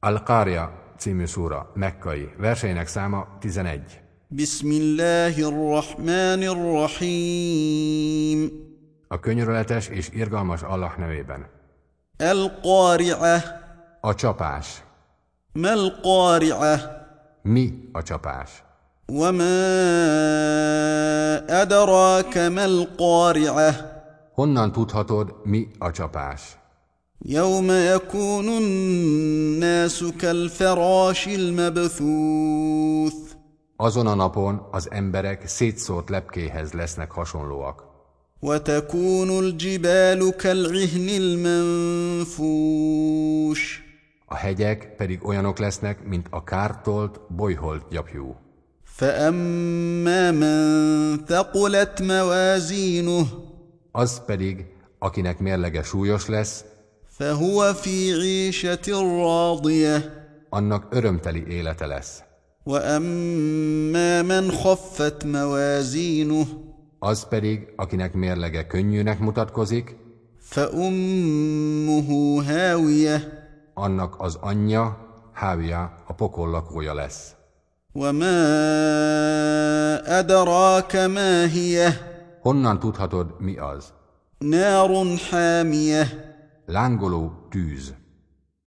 Al-Qarya című szúra, mekkai, verseinek száma 11. بسم الله الرحمن الرحيم A könyörületes és irgalmas Allah nevében. القارعة A csapás. ما القارعة Mi a csapás? وما أدراك ما القارعة Honnan tudhatod, mi a csapás? يوم يكون الناس كالفراش المبثوث Azon a napon az emberek szétszórt lepkéhez lesznek hasonlóak, وتكون الجبال كالعهن المنفوش a hegyek pedig olyanok lesznek, mint a kártolt, bolyholt gyapjú. فأما من ثقلت موازينه Az pedig, akinek mérlege súlyos lesz, فهو في عيشة راضية annak örömteli élete lesz. وأما من خفت موازينه Az pedig, akinek mérlege könnyűnek mutatkozik, فأمه هاوية annak az anyja, Hávia, a pokol lakója lesz. وما أدراك ما هي Honnan tudhatod, mi az? نار حامية Lángoló tűz.